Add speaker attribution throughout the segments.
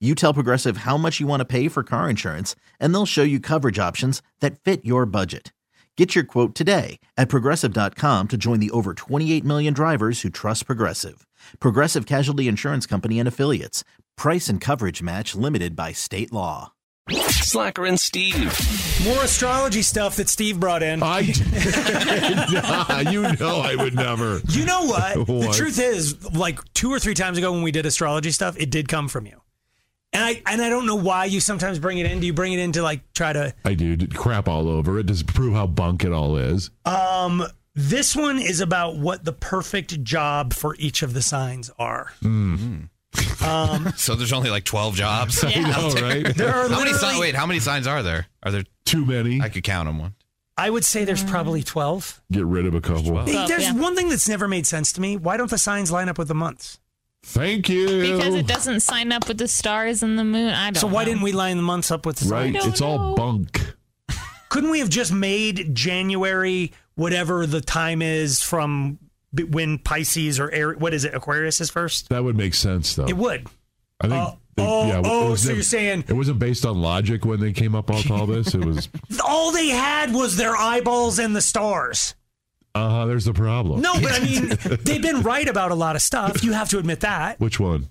Speaker 1: You tell Progressive how much you want to pay for car insurance, and they'll show you coverage options that fit your budget. Get your quote today at progressive.com to join the over 28 million drivers who trust Progressive. Progressive Casualty Insurance Company and Affiliates. Price and coverage match limited by state law.
Speaker 2: Slacker and Steve.
Speaker 3: More astrology stuff that Steve brought in.
Speaker 4: I, Nah, you know I would never.
Speaker 3: you know what? The
Speaker 4: What?
Speaker 3: truth is, like two or three times ago when we did astrology stuff, it did come from you. And I and I don't know why you sometimes bring it in. Do you bring it in to like try to
Speaker 4: I do crap all over it. Just prove how bunk it all is.
Speaker 3: um this one is about what the perfect job for each of the signs are.
Speaker 4: Hmm.
Speaker 3: Um,
Speaker 5: So there's only like 12 jobs.
Speaker 4: I know, right?
Speaker 3: There are
Speaker 5: How many
Speaker 3: literally
Speaker 5: signs? Wait, how many signs are there? Are there?
Speaker 4: Too many.
Speaker 5: I could count them. One.
Speaker 3: I would say there's
Speaker 6: Mm.
Speaker 3: probably 12.
Speaker 4: Get rid of a couple.
Speaker 3: there's one thing that's never made sense to me. Why don't the signs line up with the months?
Speaker 4: Thank you.
Speaker 6: Because it doesn't sign up with the stars and the moon. I don't.
Speaker 3: So why
Speaker 6: know.
Speaker 3: didn't we line the months up with the signs?
Speaker 4: right?
Speaker 6: I don't
Speaker 4: It's all
Speaker 6: know.
Speaker 4: bunk.
Speaker 3: couldn't we have just made January whatever the time is from b- when Pisces or Air, what is it Aquarius is first?
Speaker 4: That would make sense though.
Speaker 3: It would.
Speaker 4: I think.
Speaker 3: Uh, oh,
Speaker 4: it
Speaker 3: oh,
Speaker 4: wasn't-
Speaker 3: so you're saying-
Speaker 4: it wasn't based on logic when they came up with all this? It was.
Speaker 3: All they had was their eyeballs and the stars.
Speaker 4: Uh huh. There's the problem.
Speaker 3: No, but I mean, they've been right about a lot of stuff. You have to admit that.
Speaker 4: Which one?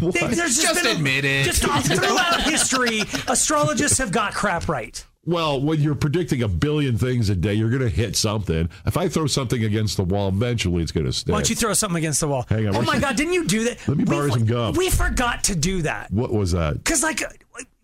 Speaker 4: what?
Speaker 3: They, there's just
Speaker 5: Just
Speaker 3: been a-
Speaker 5: admit it.
Speaker 3: Just all throughout history, astrologists have got crap right.
Speaker 4: Well, when you're predicting a billion things a day, you're going to hit something. If I throw something against the wall, eventually it's going to stick.
Speaker 3: Why don't you throw something against the wall?
Speaker 4: Hang on,
Speaker 3: oh
Speaker 4: wait.
Speaker 3: my God, didn't you do that?
Speaker 4: Let me borrow
Speaker 3: We-
Speaker 4: some gum.
Speaker 3: We forgot to do that.
Speaker 4: what was that?
Speaker 3: because like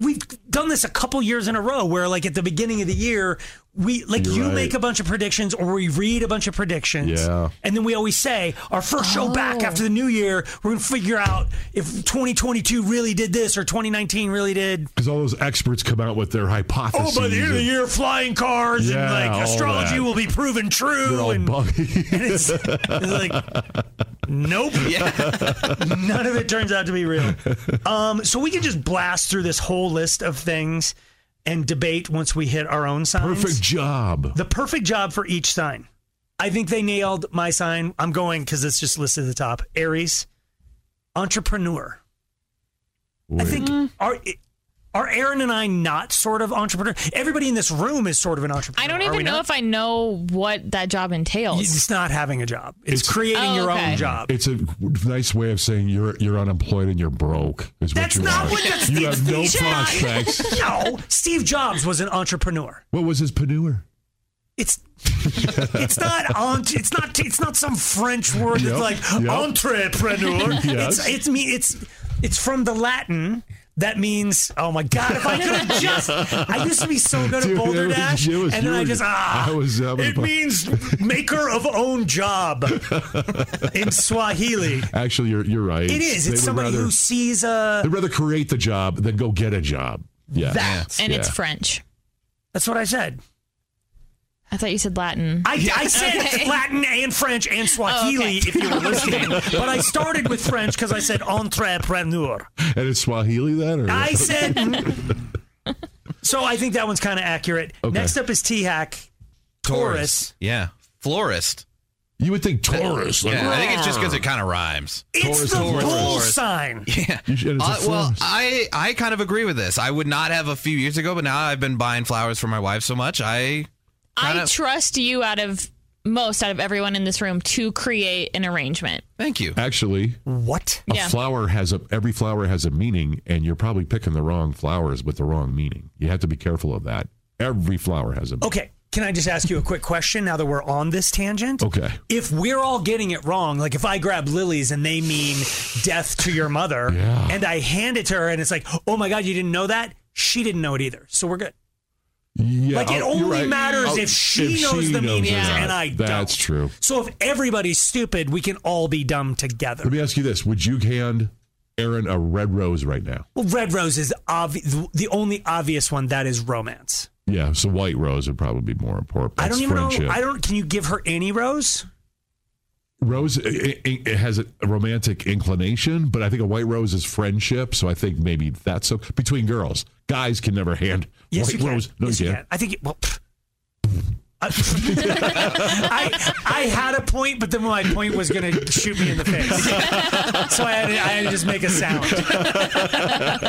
Speaker 3: we've done this a couple years in a row where like at the beginning of the year we like
Speaker 4: You're
Speaker 3: you
Speaker 4: right.
Speaker 3: make a bunch of predictions or we read a bunch of predictions
Speaker 4: Yeah.
Speaker 3: and then we always say our first show back after the new year we're gonna figure out if 2022 really did this or 2019 really did Oh,
Speaker 4: Because all those experts come out with their hypotheses. and
Speaker 3: year flying cars
Speaker 4: Yeah, all that.
Speaker 3: be proven
Speaker 4: They're
Speaker 3: true
Speaker 4: all buggy.
Speaker 3: it's, it's like nope none of it turns out to be real um, so we can just blast through this whole list of things and debate once we hit our own signs
Speaker 4: Perfect job.
Speaker 3: the perfect job for each sign i think they nailed my sign i'm going because it's just listed at the top aries entrepreneur i
Speaker 6: Mm.
Speaker 3: think are are aaron and i not sort of entrepreneur everybody in this room is sort of an entrepreneur
Speaker 6: I don't
Speaker 3: Are we
Speaker 6: even know
Speaker 3: not?
Speaker 6: if I know what that job entails.
Speaker 3: it's not having a job. It's,
Speaker 4: It's-
Speaker 3: creating
Speaker 6: Oh,
Speaker 3: your
Speaker 6: okay.
Speaker 3: own job.
Speaker 4: It's a nice way of saying you're you're unemployed and you're broke. Is what
Speaker 3: That's
Speaker 4: you
Speaker 3: not
Speaker 4: are.
Speaker 3: what that's-
Speaker 4: you have no
Speaker 3: Shut up.
Speaker 4: prospects.
Speaker 3: no, Steve Jobs was an entrepreneur.
Speaker 4: What was his panure?
Speaker 3: It's it's not ent- it's not it's not some French word
Speaker 4: Yep,
Speaker 3: that's like
Speaker 4: yep.
Speaker 3: entrepreneur.
Speaker 4: Yes.
Speaker 3: It's it's me it's it's from the Latin that means oh my god if I could have just I used to be so good at
Speaker 4: Dude,
Speaker 3: Boulder
Speaker 4: it was-
Speaker 3: Dash
Speaker 4: it was-
Speaker 3: and then
Speaker 4: you
Speaker 3: I
Speaker 4: were-
Speaker 3: just ah
Speaker 4: I was, um,
Speaker 3: it means maker of own job in Swahili.
Speaker 4: Actually, you're you're right.
Speaker 3: It is.
Speaker 4: They
Speaker 3: It's
Speaker 4: would
Speaker 3: somebody
Speaker 4: rather,
Speaker 3: who sees uh, a
Speaker 4: they'd rather create the job than go get a job. Yeah.
Speaker 3: that.
Speaker 6: and it's
Speaker 4: Yeah.
Speaker 6: French.
Speaker 3: That's what I said.
Speaker 6: I thought you said Latin.
Speaker 3: I, I said
Speaker 6: Okay.
Speaker 3: Latin and French and Swahili
Speaker 6: Oh, okay.
Speaker 3: if you were listening, but I started with French because I said entrepreneur.
Speaker 4: And it's Swahili then, or
Speaker 3: I said. so I think that one's kind of accurate.
Speaker 4: Okay.
Speaker 3: Next up is T Hack. Taurus.
Speaker 5: Yeah. Florist.
Speaker 4: you would think Taurus. Like,
Speaker 5: Yeah. I think it's just because it kind of rhymes.
Speaker 3: It's
Speaker 4: Taurus,
Speaker 3: the
Speaker 4: Taurus.
Speaker 3: bull sign.
Speaker 5: Yeah.
Speaker 4: You should- it's a
Speaker 5: Uh, well,
Speaker 4: florist.
Speaker 5: I I kind of agree with this. I would not have a few years ago, but now I've been buying flowers for my wife so much. I
Speaker 6: I
Speaker 5: kinda-
Speaker 6: trust you out of most out of everyone in this room to create an arrangement.
Speaker 5: thank you.
Speaker 4: actually
Speaker 3: What?
Speaker 4: a
Speaker 6: Yeah.
Speaker 4: flower has a every flower has a meaning, and you're probably picking the wrong flowers with the wrong meaning. You have to be careful of that. Every flower has a meaning.
Speaker 3: Okay. Can I just ask you a quick question now that we're on this tangent?
Speaker 4: Okay.
Speaker 3: If we're all getting it wrong, like if I grab lilies and they mean death to your mother,
Speaker 4: Yeah.
Speaker 3: and I hand it to her and it's like, oh my God, you didn't know that? She didn't know it either. So we're good.
Speaker 4: Yeah,
Speaker 3: Like it
Speaker 4: oh, you're
Speaker 3: only
Speaker 4: right.
Speaker 3: matters
Speaker 4: Oh,
Speaker 3: if she knows the meaning
Speaker 4: it.
Speaker 3: and I don't.
Speaker 4: That's true.
Speaker 3: So if everybody's stupid, we can all be dumb together.
Speaker 4: Let me ask you this: Would you hand Aaron a red rose right now?
Speaker 3: Well, red rose is obvi- the only obvious one that is romance.
Speaker 4: Yeah, so white rose would probably be more important.
Speaker 3: I
Speaker 4: That's
Speaker 3: don't even
Speaker 4: friendship.
Speaker 3: know. I don't. Can you give her any rose?
Speaker 4: Rose it, it, it has a romantic inclination, but I think a white rose is friendship. So I think maybe that's so between girls. Guys can never hand
Speaker 3: Yes,
Speaker 4: white
Speaker 3: you can.
Speaker 4: rose. No,
Speaker 3: yes,
Speaker 4: you
Speaker 3: you
Speaker 4: can't.
Speaker 3: can. I think. It, well. pfft. I, I I had a point, but then my point was going to shoot me in the face, so I had, to, I had to just make a sound.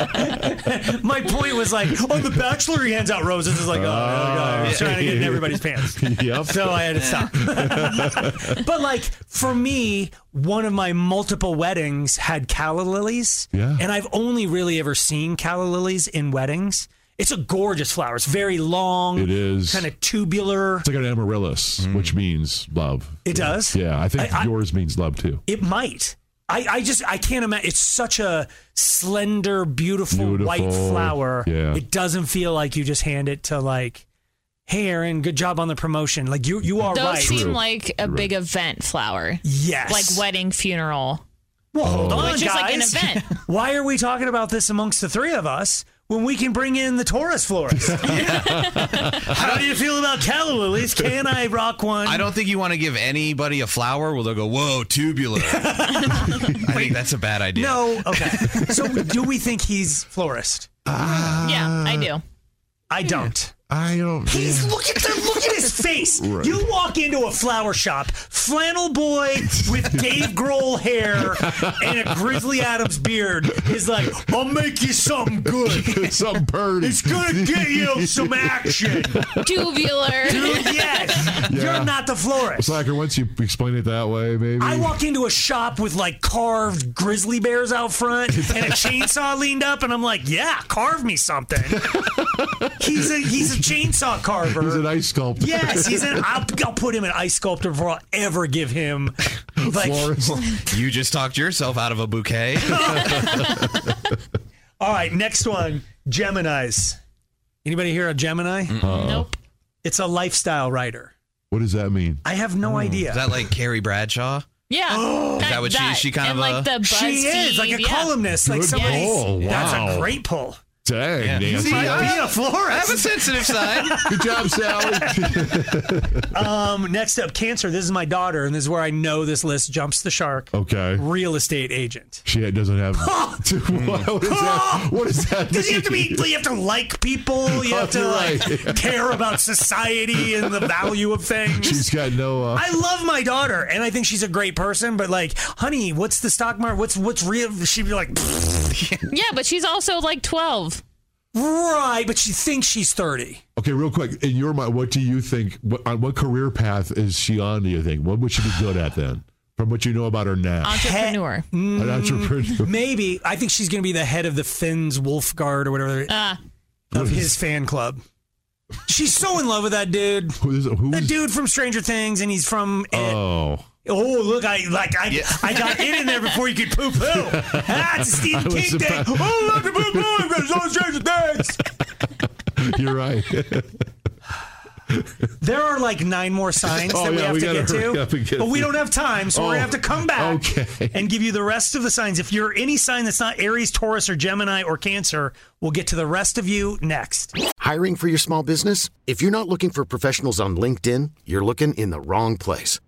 Speaker 3: my point was like, oh, the Bachelor he hands out roses is like, oh, God, he's trying to get in everybody's pants.
Speaker 4: Yep.
Speaker 3: So I had to stop. but like for me, one of my multiple weddings had calla lilies.
Speaker 4: Yeah.
Speaker 3: And I've only really ever seen calla lilies in weddings. It's a gorgeous flower. It's very long.
Speaker 4: It is.
Speaker 3: Kind of tubular.
Speaker 4: It's like an amaryllis, which means love.
Speaker 3: Mm. It does?
Speaker 4: Yeah, I think
Speaker 3: I- I-
Speaker 4: yours means love too.
Speaker 3: It might. I, I just I can't imagine. It's such a slender, beautiful, white
Speaker 4: Beautiful.
Speaker 3: flower.
Speaker 4: Yeah.
Speaker 3: It doesn't feel like you just hand it to like, hey Aaron, good job on the promotion. Like you you are
Speaker 6: Those
Speaker 3: right.
Speaker 6: seem like a big event flower,
Speaker 3: yes.
Speaker 6: like wedding, funeral.
Speaker 3: Well, hold on,
Speaker 6: Oh. Which is like an
Speaker 3: guys.
Speaker 6: event.
Speaker 3: Why are we talking about this amongst the three of us when we can bring in the Taurus florist? How do you feel about calla lilies? Can I rock one?
Speaker 5: I don't think you want to give anybody a flower where they'll go, whoa, tubular. I think that's a bad idea.
Speaker 3: No. Okay. so do we think he's florist?
Speaker 6: yeah, I
Speaker 3: Uh.
Speaker 6: do.
Speaker 3: I don't.
Speaker 4: I don't.
Speaker 3: He's look at the look at his face. You walk into a flower shop, flannel boy with Dave Grohl hair and a Grizzly Adams beard is like, I'll make you something good.
Speaker 4: Some birdie.
Speaker 3: It's gonna get you some action.
Speaker 6: Tubular.
Speaker 3: Dude, yes. You're not the florist.
Speaker 4: Slacker, once you explain it that way, maybe.
Speaker 3: I walk into a shop with like carved grizzly bears out front and a chainsaw leaned up, and I'm like, "Yeah, carve me something." he's a he's a chainsaw carver.
Speaker 4: He's an ice sculptor.
Speaker 3: yes, he's an. I'll, I'll put him in ice sculptor before I'll ever give him like.
Speaker 4: Florist.
Speaker 5: You just talked yourself out of a bouquet.
Speaker 3: All right, next one, Gemini's. Anybody here a Gemini?
Speaker 6: Mm.
Speaker 4: Uh-huh.
Speaker 6: nope.
Speaker 3: It's a lifestyle writer.
Speaker 4: What does that mean?
Speaker 3: I have
Speaker 6: Mm.
Speaker 3: no idea.
Speaker 5: Is that like Carrie Bradshaw?
Speaker 6: Yeah.
Speaker 5: Is that what she- she kind
Speaker 6: and
Speaker 5: of
Speaker 6: like
Speaker 5: a-
Speaker 6: the BuzzFeed,
Speaker 3: she is like a
Speaker 6: yeah.
Speaker 3: columnist, like
Speaker 4: Good
Speaker 3: somebody.
Speaker 4: pull,
Speaker 3: That's
Speaker 4: wow.
Speaker 3: a great pull.
Speaker 4: Dang,
Speaker 5: Yeah.
Speaker 4: Nancy.
Speaker 5: See, I-
Speaker 3: Be a
Speaker 5: I have
Speaker 3: florist.
Speaker 5: a sensitive side.
Speaker 4: Good job, Sally.
Speaker 3: Um, next up, cancer. This is my daughter, and this is where I know this list jumps the shark.
Speaker 4: okay.
Speaker 3: Real estate agent.
Speaker 4: She doesn't have. what, is that, what does that mean?
Speaker 3: Because you have to be, you have to like people. You have to like
Speaker 4: Right.
Speaker 3: care about society and the value of things.
Speaker 4: She's got no. Uh,
Speaker 3: I love my daughter, and I think she's a great person. But like, honey, what's the stock market? What's what's real? She'd be like,
Speaker 6: Yeah, but she's also like 12.
Speaker 3: right, but she thinks she's thirty.
Speaker 4: okay, real quick. In your mind, what do you think? What, on what career path is she on, do you think? What would she be good at then? From what you know about her now?
Speaker 6: Entrepreneur.
Speaker 3: Um,
Speaker 4: An entrepreneur.
Speaker 3: Maybe I think she's gonna be the head of the Finns Wolf Guard or whatever
Speaker 6: Ah.
Speaker 3: of his fan club. She's so in love with that dude.
Speaker 4: Who is, who's,
Speaker 3: The dude from Stranger Things, and he's from. Oh,
Speaker 4: Oh.
Speaker 3: oh look, I like I
Speaker 5: Yeah.
Speaker 3: I got it in there before you could poo poo. Ah, it's a
Speaker 4: I
Speaker 3: Stephen
Speaker 4: was
Speaker 3: King thing.
Speaker 4: surprised.
Speaker 3: Oh, look at poo poo. I'm gonna show Stranger Things.
Speaker 4: You're right.
Speaker 3: There are like nine more signs
Speaker 4: Oh,
Speaker 3: that we
Speaker 4: yeah,
Speaker 3: have
Speaker 4: we
Speaker 3: to
Speaker 4: gotta
Speaker 3: get to,
Speaker 4: hurry up and get
Speaker 3: but we
Speaker 4: through.
Speaker 3: don't have time, so we're
Speaker 4: Oh,
Speaker 3: gonna have to come back
Speaker 4: okay.
Speaker 3: and give you the rest of the signs. If you're any sign that's not Aries, Taurus, or Gemini or Cancer, we'll get to the rest of you next.
Speaker 7: Hiring for your small business? If you're not looking for professionals on LinkedIn, you're looking in the wrong place.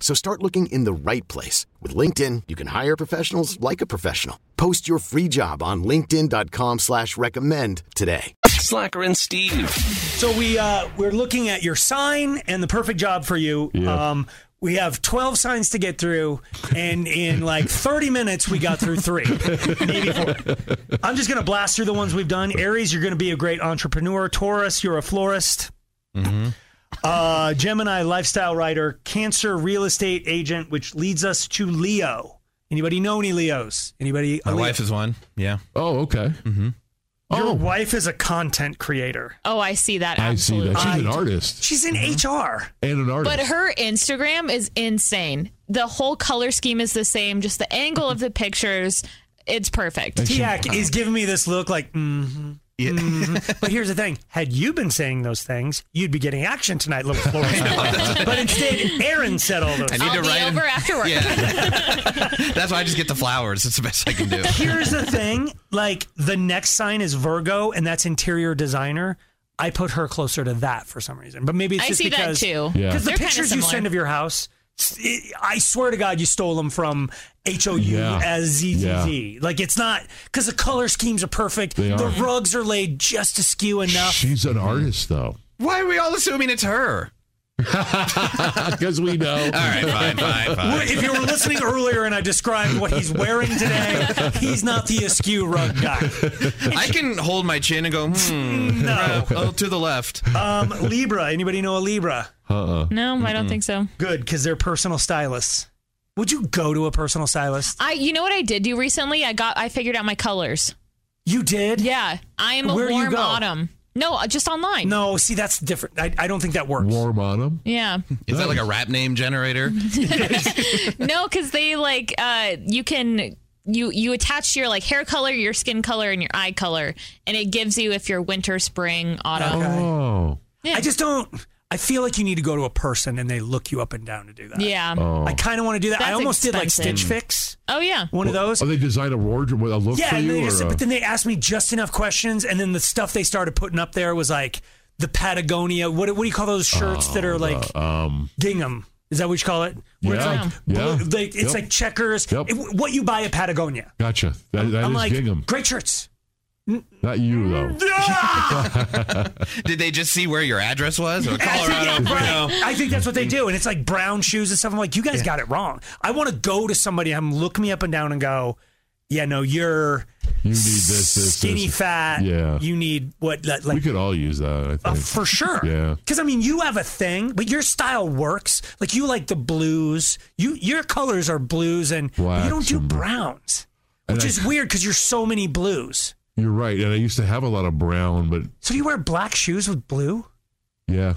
Speaker 7: So start looking in the right place. With LinkedIn, you can hire professionals like a professional. Post your free job on linkedin.com slash recommend today.
Speaker 2: Slacker and Steve.
Speaker 3: So we uh, we're looking at your sign and the perfect job for you. Um, we have 12 signs to get through, and in like 30 minutes, we got through three, maybe four. I'm just gonna blast through the ones we've done. Aries, you're gonna be a great entrepreneur. Taurus, you're a florist.
Speaker 5: Mm-hmm.
Speaker 3: Uh, Gemini lifestyle writer, cancer real estate agent, which leads us to Leo. Anybody know any Leos? Anybody? a
Speaker 5: My
Speaker 3: Leo?
Speaker 5: wife is one. Yeah.
Speaker 4: Oh, okay.
Speaker 3: Your
Speaker 4: Oh.
Speaker 3: wife is a content creator.
Speaker 6: Oh, I see that.
Speaker 4: I see
Speaker 6: Absolutely.
Speaker 4: that. She's an
Speaker 3: I-
Speaker 4: artist
Speaker 3: She's in
Speaker 5: Mm-hmm.
Speaker 3: HR.
Speaker 4: and an artist.
Speaker 6: But her Instagram is insane. The whole color scheme is the same, just the angle of the pictures. It's perfect.
Speaker 3: Tiak is giving me this look like, mm-hmm, but here's the thing: had you been saying those things, you'd be getting action tonight, little Florida. but instead, Aaron said all those.
Speaker 5: I need
Speaker 6: I'll
Speaker 5: to
Speaker 6: be
Speaker 5: write
Speaker 6: over after work.
Speaker 5: That's why I just get the flowers. It's the best I can do.
Speaker 3: Here's the thing: like the next sign is Virgo, and that's interior designer. I put her closer to that for some reason, but maybe it's
Speaker 6: I
Speaker 3: just
Speaker 6: see that
Speaker 3: because
Speaker 6: too.
Speaker 4: Yeah.
Speaker 3: because the
Speaker 6: They're kinda
Speaker 3: pictures you
Speaker 6: similar.
Speaker 3: send of your house. s- it- I swear to God, you stole them from H O U
Speaker 4: Yeah.
Speaker 3: as Z Z Z. Like it's not because the color schemes are perfect.
Speaker 4: They
Speaker 3: The
Speaker 4: are.
Speaker 3: rugs are laid just askew enough.
Speaker 4: She's an artist, though.
Speaker 5: Why are we all assuming it's her?
Speaker 4: Because we know.
Speaker 5: All right, fine, fine,
Speaker 3: Well,
Speaker 5: fine.
Speaker 3: if you were listening earlier and I described what he's wearing today, he's not the askew rug guy.
Speaker 5: I can hold my chin and go, hmm,
Speaker 3: No.
Speaker 5: oh, to the left.
Speaker 3: Um, Libra. Anybody know a Libra?
Speaker 6: No, I don't think so.
Speaker 3: Good, because they're personal stylists. Would you go to a personal stylist?
Speaker 6: I you know what I did do recently? I got I figured out my colors.
Speaker 3: You did?
Speaker 6: Yeah. I am a
Speaker 3: Where do you
Speaker 6: warm
Speaker 3: go?
Speaker 6: autumn. No, uh, just online.
Speaker 3: No, see, that's different. I, I don't think that works.
Speaker 4: Warm on them.
Speaker 6: Yeah.
Speaker 5: Is that like a rap name generator?
Speaker 6: No, cuz they like uh you can you you attach your like hair color, your skin color and your eye color and it gives you if you're winter, spring, autumn.
Speaker 3: Okay.
Speaker 4: Oh.
Speaker 6: Yeah.
Speaker 3: I just don't. I feel like you need to go to a person and they look you up and down to do that.
Speaker 6: Yeah.
Speaker 4: Oh.
Speaker 3: I kind of want to do that. I
Speaker 6: That's
Speaker 3: almost did like
Speaker 6: expensive.
Speaker 3: Stitch Fix,
Speaker 6: Oh yeah.
Speaker 3: one of those.
Speaker 4: Oh, they design a wardrobe with a look
Speaker 3: Yeah,
Speaker 4: for
Speaker 3: and
Speaker 4: you?
Speaker 3: they
Speaker 4: or
Speaker 3: just,
Speaker 4: a-
Speaker 3: but then they asked me just enough questions, and then the stuff they started putting up there was like the Patagonia. What, do- what do you call those shirts that
Speaker 4: Oh,
Speaker 3: are like
Speaker 4: um,
Speaker 3: gingham? Is that what you call it? Where
Speaker 4: Yeah.
Speaker 3: it's like,
Speaker 4: Yeah.
Speaker 3: blue- like it's
Speaker 4: Yep.
Speaker 3: like checkers.
Speaker 4: Yep.
Speaker 3: It- what you buy at Patagonia?
Speaker 4: gotcha. That, that
Speaker 3: I'm
Speaker 4: is
Speaker 3: like
Speaker 4: gingham.
Speaker 3: great shirts.
Speaker 4: Not you, though.
Speaker 5: Did they just see where your address was? Or Colorado?
Speaker 3: Right.
Speaker 5: Bruno?
Speaker 3: I think that's what they do, and it's like brown shoes and stuff. I'm like, you guys got it wrong. I want to go to somebody, and look me up and down, and go, yeah, no, you're
Speaker 4: You need this, this, this.
Speaker 3: skinny fat.
Speaker 4: Yeah.
Speaker 3: you need what like
Speaker 4: we could all use that, I think.
Speaker 3: Uh, for sure.
Speaker 4: Yeah.
Speaker 3: Because I mean, you have a thing, but your style works. Like you like the blues. You your colors are blues, and but
Speaker 4: Blacks
Speaker 3: you don't do
Speaker 4: and-
Speaker 3: browns,
Speaker 4: And
Speaker 3: which
Speaker 4: I-
Speaker 3: is weird because you're so many blues.
Speaker 4: You're right. And I used to have a lot of brown, but
Speaker 3: So do you wear black shoes with blue?
Speaker 4: yeah.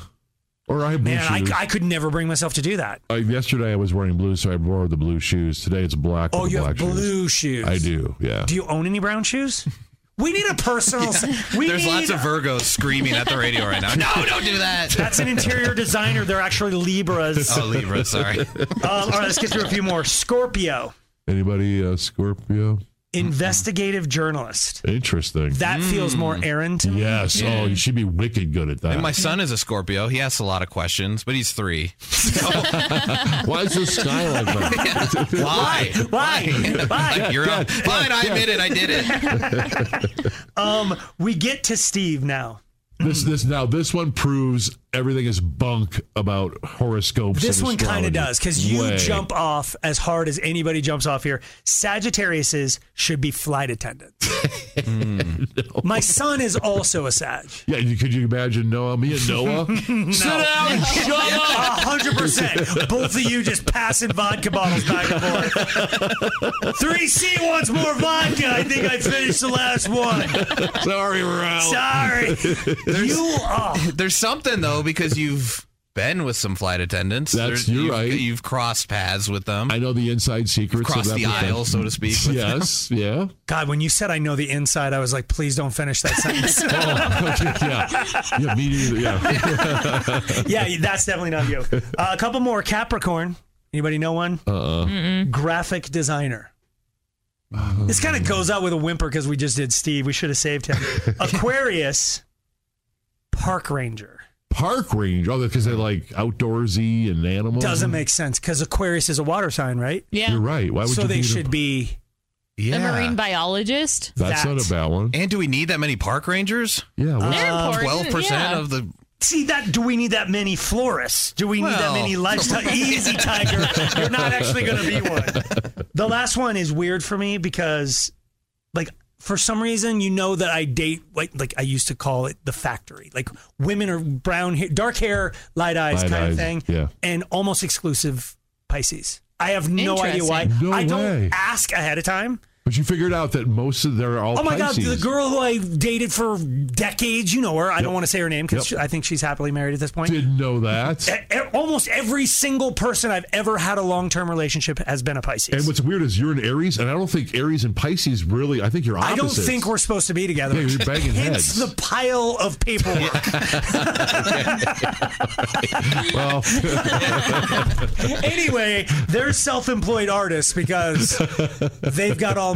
Speaker 4: Or I have blue
Speaker 3: Man, I,
Speaker 4: shoes.
Speaker 3: I could never bring myself to do that.
Speaker 4: Uh, yesterday I was wearing blue, so I borrowed the blue shoes. Today it's black.
Speaker 3: Oh,
Speaker 4: with the
Speaker 3: you have
Speaker 4: black shoes.
Speaker 3: blue shoes.
Speaker 4: I do. Yeah.
Speaker 3: Do you own any brown shoes? We need a personal. we
Speaker 5: There's
Speaker 3: need,
Speaker 5: lots of Virgos screaming at the radio right now. No, don't do that.
Speaker 3: That's an interior designer. They're actually Libras.
Speaker 5: Oh, Libra, sorry.
Speaker 3: Um, all right, let's get through a few more. Scorpio,
Speaker 4: Anybody uh, Scorpio?
Speaker 3: investigative journalist.
Speaker 4: Interesting.
Speaker 3: That feels more Aaron to me.
Speaker 4: yes. Oh, you should be wicked good at that.
Speaker 5: And my son is a Scorpio. He asks a lot of questions, but he's three.
Speaker 4: Why is the sky like that?
Speaker 5: Why?
Speaker 3: Why? Why?
Speaker 5: You're up. Fine, I admit it. I did it.
Speaker 3: Um, we get to Steve now.
Speaker 4: This this now this one proves everything is bunk about horoscopes.
Speaker 3: This
Speaker 4: and
Speaker 3: one kind
Speaker 4: astrology.
Speaker 3: of does because you
Speaker 4: Way.
Speaker 3: jump off as hard as anybody jumps off here. Sagittariuses should be flight attendants. Mm. My son is also a Sag.
Speaker 4: Yeah, you- could you imagine Noah? Me and Noah. Sit down.
Speaker 3: Shut up! hundred percent. Both of you just passing vodka bottles back and forth. Three C wants more vodka. I think I finished the last one.
Speaker 4: Sorry, Ralph.
Speaker 3: Sorry. you are.
Speaker 5: There's something though because you've been with some flight attendants.
Speaker 4: That's-
Speaker 5: There's-
Speaker 4: you're
Speaker 5: you've,
Speaker 4: right.
Speaker 5: You've crossed paths with them.
Speaker 4: I know the inside secrets.
Speaker 5: Cross
Speaker 4: of that
Speaker 5: the
Speaker 4: profession.
Speaker 5: aisle, so to speak.
Speaker 4: Yes. Yeah.
Speaker 3: God, when you said I know the inside, I was like, please don't finish that sentence.
Speaker 4: Oh, yeah. Yeah. Me neither. Yeah.
Speaker 3: yeah, that's definitely not you. Uh, a couple more Capricorn. Anybody know one? Uh-uh. Graphic designer. This kind of goes out with a whimper because we just did Steve. We should have saved him. Aquarius, park ranger.
Speaker 4: Park range. Oh, because they're like outdoorsy and animals.
Speaker 3: Doesn't make sense because Aquarius is a water sign, right?
Speaker 6: Yeah.
Speaker 4: You're right. Why would
Speaker 3: So
Speaker 4: you
Speaker 3: they
Speaker 4: need a-
Speaker 3: should be.
Speaker 6: A
Speaker 5: Yeah.
Speaker 6: marine biologist.
Speaker 4: That's
Speaker 3: that.
Speaker 4: not a bad one.
Speaker 5: and do we need that many park rangers?
Speaker 4: Yeah. Well,
Speaker 6: They're important.
Speaker 5: Twelve percent
Speaker 6: yeah.
Speaker 5: of the.
Speaker 3: See that? Do we need that many florists? Do we need that
Speaker 5: Well.
Speaker 3: many lifestyle? Easy, Tiger. You're not actually going to be one. The last one is weird for me because, like, for some reason, you know that I date like like I used to call it the factory. Like women are brown, hair, dark hair, light eyes,
Speaker 4: Light
Speaker 3: kind
Speaker 4: eyes,
Speaker 3: of thing.
Speaker 4: yeah.
Speaker 3: and almost exclusive Pisces. I have no idea why.
Speaker 4: Interesting. No
Speaker 3: I don't
Speaker 4: way.
Speaker 3: ask ahead of time.
Speaker 4: But you figured out that most of they're all
Speaker 3: Oh my
Speaker 4: Pisces.
Speaker 3: God, the girl who I dated for decades, you know her. I don't want to say her name because
Speaker 4: Yep.
Speaker 3: I think she's happily married at this point.
Speaker 4: didn't know that.
Speaker 3: E- e- Almost every single person I've ever had a long term relationship has been a Pisces.
Speaker 4: And what's weird is you're an Aries, and I don't think Aries and Pisces really. I think you're
Speaker 3: I
Speaker 4: opposites.
Speaker 3: don't think we're supposed to be together.
Speaker 4: Yeah, you're banging
Speaker 3: Hence
Speaker 4: heads.
Speaker 3: the pile of paperwork.
Speaker 4: Well,
Speaker 3: anyway, they're self employed artists because they've got all